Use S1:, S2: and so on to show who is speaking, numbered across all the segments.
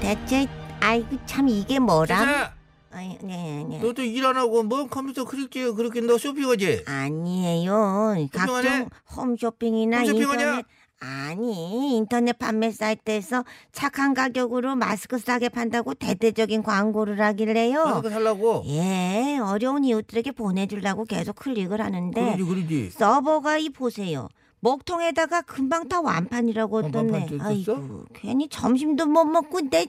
S1: 대체 아이고 참 이게 뭐람?
S2: 세자,
S1: 아이, 네, 네.
S2: 너도 일 안 하고 뭔 컴퓨터 크립지 그렇게 너 쇼핑하지?
S1: 아니에요.
S2: 해?
S1: 각종 홈쇼핑이나
S2: 홈쇼핑하냐?
S1: 인터넷 아니 인터넷 판매 사이트에서 착한 가격으로 마스크 싸게 판다고 대대적인 광고를 하길래요.
S2: 마스크 살라고?
S1: 예, 어려운 이웃들에게 보내주려고 계속 클릭을 하는데
S2: 그러지 그러지.
S1: 서버가 이 보세요. 먹통에다가 금방 다 완판이라고
S2: 완판
S1: 하던데.
S2: 됐었어?
S1: 아이고, 괜히 점심도 못 먹고 내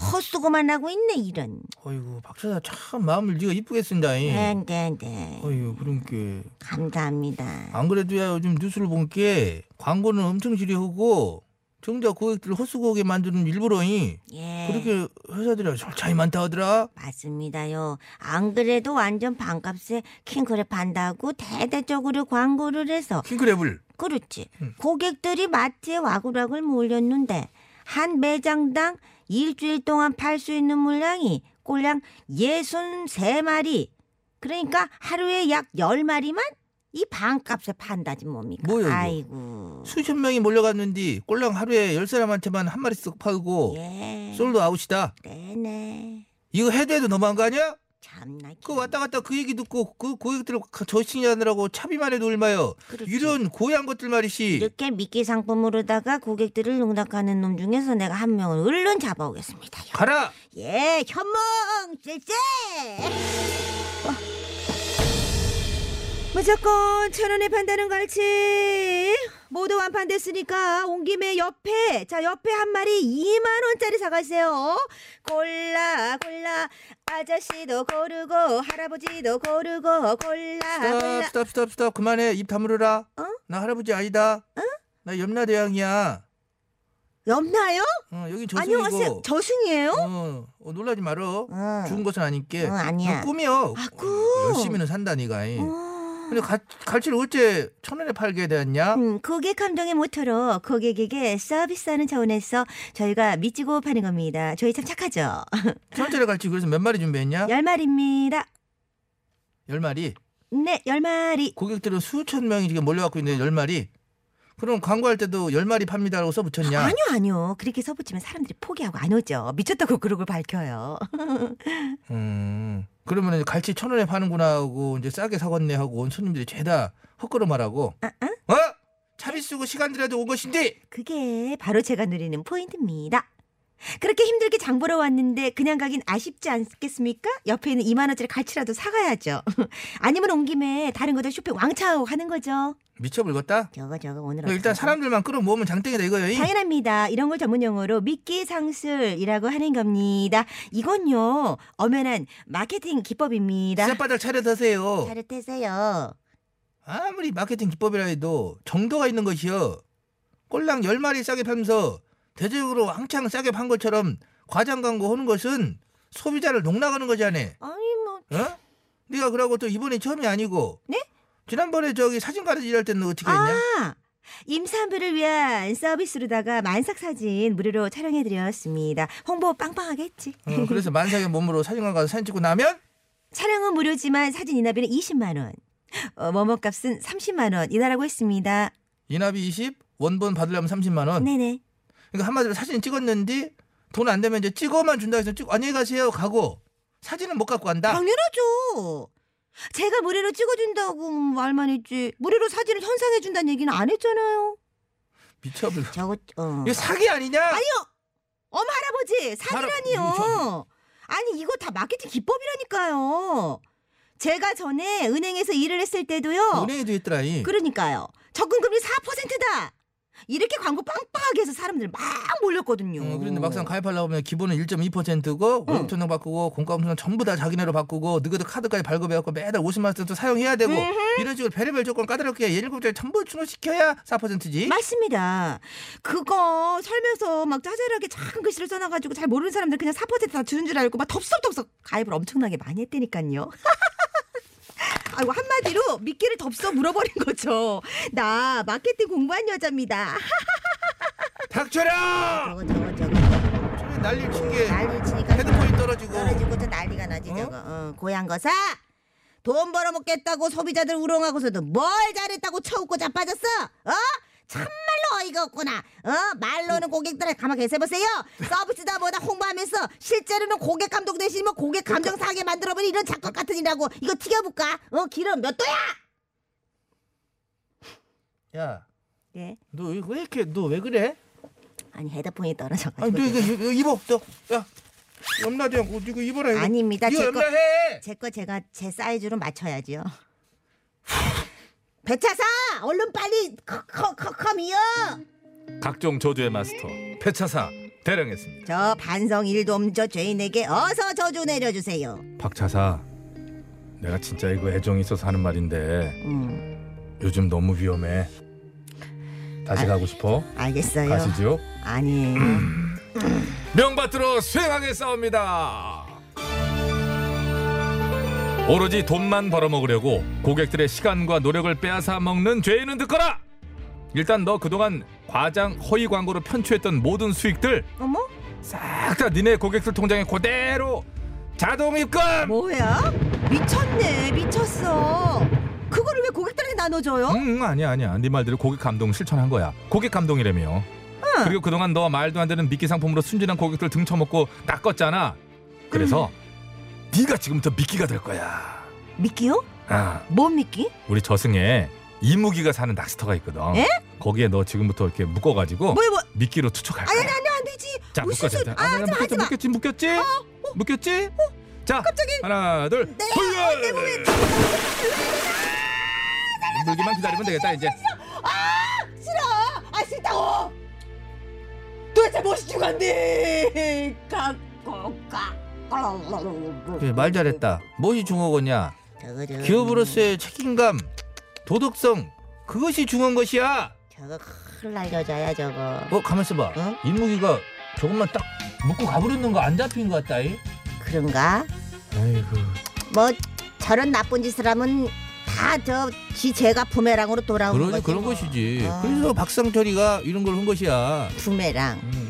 S1: 헛수고만 하고 있네 이런.
S2: 어이구 박사사 참 마음을 네가 이쁘게 쓴다잉.
S1: 네, 네, 네.
S2: 어이구 그런 게.
S1: 감사합니다.
S2: 안 그래도야 요즘 뉴스를 본 게 광고는 엄청 지리하고 정작 고객들 허수고하게 만드는 일부러잉.
S1: 예.
S2: 그렇게 회사들이 절차이 많다 하더라.
S1: 맞습니다요. 안 그래도 완전 반값에 킹크랩 한다고 대대적으로 광고를 해서
S2: 킹크랩을.
S1: 그렇지.
S2: 음.
S1: 고객들이 마트에 와구락을 몰렸는데 한 매장당 일주일 동안 팔 수 있는 물량이 꼴랑 63마리. 그러니까 하루에 약 10마리만 이 반값에 판다지 뭡니까?
S2: 뭐야, 이거?
S1: 아이고.
S2: 수천 명이 몰려갔는데 꼴랑 하루에 열 사람한테만 한 마리씩 팔고
S1: 예.
S2: 솔드 아웃이다.
S1: 네네.
S2: 이거 해대도 너무한 거 아니야?
S1: 참나.
S2: 그 왔다 갔다 그 얘기 듣고 그 고객들 저신이하느라고 차비만 해도 얼마요.
S1: 그렇지.
S2: 이런 고향 것들 말이시.
S1: 이렇게 미끼 상품으로다가 고객들을 농락하는 놈 중에서 내가 한 명을 얼른 잡아오겠습니다.
S2: 가라.
S1: 예, 현몽 실세. 어. 무조건 천 원에 판다는 갈치 모두 완판됐으니까 온 김에 옆에 자 옆에 한 마리 2만 원짜리 사가세요 골라 골라 아저씨도 고르고 할아버지도 고르고 골라
S2: 스탑
S1: 골라
S2: 스탑 스탑 스탑 그만해 입 다물어라.
S1: 아, 어?
S2: 나 할아버지 아니다. 나 염라대왕이야.
S1: 없나요?
S2: 어, 여기 저승이고.
S1: 안녕하세요 저승이에요?
S2: 어, 어, 놀라지 말어.
S1: 응.
S2: 죽은 것은 아니께.
S1: 어, 아니야.
S2: 너 꿈이요.
S1: 아, 꿈.
S2: 어, 열심히는 산다니가.
S1: 어.
S2: 근데 가, 갈치를 어째 천 원에 팔게 되었냐?
S1: 음, 고객 감동의 모토로 고객에게 서비스하는 차원에서 저희가 미치고 파는 겁니다. 저희 참 착하죠?
S2: 천 원짜리 갈치 그래서 몇 마리 준비했냐?
S1: 열 마리입니다.
S2: 열 마리.
S1: 네, 열 마리.
S2: 고객들은 수천 명이 지금 몰려갖고 있는데 열 마리. 그럼 광고할 때도 열 마리 팝니다라고 써붙였냐?
S1: 아니요, 아니요. 그렇게 서붙이면 사람들이 포기하고 안 오죠. 미쳤다고 그러고 밝혀요.
S2: 음. 그러면 갈치 천 원에 파는구나 하고 이제 싸게 사갔네 하고 온 손님들이 죄다 헛걸음하라고.
S1: 아, 아?
S2: 어? 차비 쓰고 시간 들여도 온 것인데
S1: 그게 바로 제가 누리는 포인트입니다. 그렇게 힘들게 장 보러 왔는데 그냥 가긴 아쉽지 않겠습니까? 옆에 있는 2만 원짜리 갈치라도 사가야죠. 아니면 온 김에 다른 것도 쇼핑 왕창 하고 가는 거죠.
S2: 미쳐 불겄다.
S1: 저거 저거 오늘
S2: 너 일단
S1: 어떡하지?
S2: 사람들만 끌어모으면 장땡이다 이거야. 이.
S1: 당연합니다. 이런 걸 전문 용어로 미끼 상술이라고 하는 겁니다. 이건요, 엄연한 마케팅 기법입니다.
S2: 쌔바닥 차려 드세요.
S1: 잘태세요
S2: 아무리 마케팅 기법이라 해도 정도가 있는 것이요. 꼴랑 열 마리 싸게 팔면서 대적으로 왕창 싸게 판 것처럼 과장 광고 하는 것은 소비자를 농락하는 거지 않네.
S1: 아니 뭐,
S2: 어? 네가 그러고 또 이번이 처음이 아니고.
S1: 네?
S2: 지난번에 저기 사진가로 일할 때는 어떻게 했냐?
S1: 아 임산부를 위한 서비스로다가 만삭 사진 무료로 촬영해 드렸습니다. 홍보 빵빵하게 했지.
S2: 어, 그래서 만삭의 몸으로 사진관 가서 사진 찍고 나면
S1: 촬영은 무료지만 사진 인화비는 20만 원, 어, 머머값은 30만 원 인하라고 했습니다.
S2: 인합이 20, 원본 받으려면 30만 원.
S1: 네네.
S2: 그러니까 한마디로 사진 찍었는데 돈 안 되면 이제 찍어만 준다 해서 찍고 안녕히 가세요 가고 사진은 못 갖고
S1: 아.
S2: 간다.
S1: 당연하죠. 제가 무료로 찍어준다고 말만 했지 무료로 사진을 현상해준다는 얘기는 안 했잖아요.
S2: 미쳐버려.
S1: 저거 어.
S2: 이거 사기 아니냐?
S1: 아니요. 엄마 할아버지
S2: 할아-
S1: 사기라니요.
S2: 참.
S1: 아니 이거 다 마케팅 기법이라니까요. 제가 전에 은행에서 일을 했을 때도요.
S2: 은행에도 있더라 이.
S1: 그러니까요. 적금금리 4%다. 이렇게 광고 빵빵하게 해서 사람들 막 몰렸거든요.
S2: 어, 그런데 막상 가입하려고 하면 기본은 1.2%고 월급천장 바꾸고 공과금수는 전부 다 자기네로 바꾸고 너희들 카드까지 발급해갖고 매달 50만 원씩 사용해야 되고 이런 식으로 별의별 조건 까다롭게 예일급제 전부 충족시켜야 4%지.
S1: 맞습니다. 그거 설명서 막 짜잘하게 작은 글씨로 써놔가지고 잘 모르는 사람들 그냥 4%다 주는 줄 알고 막 덥석덥석 가입을 엄청나게 많이 했다니까요. 아이고 한마디로 미끼를 덥석 물어버린 거죠. 나 마케팅 공부한 여자입니다.
S2: 닥쳐라!
S1: 저거 저거 저거
S2: 저래 난리를 친게
S1: 어, 난리 치니까
S2: 헤드폰이 떨어지고
S1: 떨어지고 또 난리가 나지
S2: 어?
S1: 저거 어, 고향 거사 돈 벌어먹겠다고 소비자들 우롱하고서도 뭘 잘했다고 쳐웃고 자빠졌어 어? 참말로 어이가 없구나 어? 말로는 고객들을 가만히 계세보세요 서비스다 뭐다 홍보하면서 실제로는 고객 감독 대신이면 고객 감정 상하게 만들어버린 이런 작것 같은 일하고 이거 튀겨볼까? 어? 기름 몇 도야?
S2: 야,
S1: 예
S2: 너 왜 이렇게 너 왜 그래?
S1: 아니 헤드폰이
S2: 아니
S1: 떨어져가지고
S2: 너 이거, 이거 입어. 너, 야, 염라대 형 옷 이거 입어라 이거.
S1: 아닙니다
S2: 이거
S1: 제거
S2: 염라해.
S1: 제 거 제가 제 사이즈로 맞춰야지요. 배차사 얼른 빨리 컴컴컴이요.
S3: 각종 저주의 마스터 폐차사 대령했습니다.
S1: 저 반성 일도 없는 저 죄인에게 어서 저주 내려주세요.
S3: 박차사 내가 진짜 이거 애정이 있어서 하는 말인데
S1: 음
S3: 요즘 너무 위험해. 다시 가고 싶어?
S1: 알겠어요.
S3: 가시지요?
S1: 아니에요.
S3: 음. 명받들어 수행하게 싸웁니다. 오로지 돈만 벌어먹으려고 고객들의 시간과 노력을 빼앗아 먹는 죄인은 듣거라. 일단 너 그동안 과장 허위 광고로 편취했던 모든 수익들
S1: 어머
S3: 싹 다 니네 고객들 통장에 그대로 자동 입금.
S1: 뭐야? 미쳤네 미쳤어. 그거를 왜 고객들에게 나눠줘요?
S3: 응, 아니야 아니야 네 말대로 고객 감동 실천한 거야 고객 감동이라며 그리고 그동안 너 말도 안 되는 미끼 상품으로 순진한 고객들 등쳐먹고 낚았잖아 그래서 네가 지금부터 미끼가 될 거야
S1: 미끼요?
S3: 아,
S1: 뭔 미끼?
S3: 우리 저승에 이무기가 사는 낚시터가 있거든
S1: 에?
S3: 거기에 너 지금부터 이렇게 묶어가지고
S1: 예? 뭐야 뭐?
S3: 미끼로 투척할
S1: 아니
S3: 거야
S1: 아니 아니 안 되지.
S3: 자
S1: 무슨
S3: 묶어
S1: 소리?
S3: 자
S1: 아 하지 마 하지 마. 어,
S3: 묶였지 묶였지 묶였지 자 하나 둘
S1: 네,
S3: 돌려 물기만 기다리면 되겠다 이제
S1: 싫어! 아 싫다고! 도대체 무엇이 중요한데? 갖고 가.
S2: 그래, 예, 말 잘했다. 무엇이 중요하겠냐?
S1: 저거 저거
S2: 기업으로서의 책임감, 도덕성 그것이 중요한 것이야.
S1: 저거 큰일 날 여자야 저거
S2: 어 가만 있어봐.
S1: 응?
S2: 인무기가 조금만 딱 묶고 가버렸는 거 안 잡힌 것 같다. 이.
S1: 그런가?
S2: 아이고.
S1: 뭐 저런 나쁜 짓을 하면 다 저 지제가 부메랑으로 돌아오는
S2: 그러니
S1: 거지
S2: 그런
S1: 뭐.
S2: 것이지.
S1: 아.
S2: 그래서 박상철이가 이런 걸 한 것이야.
S1: 부메랑
S2: 음.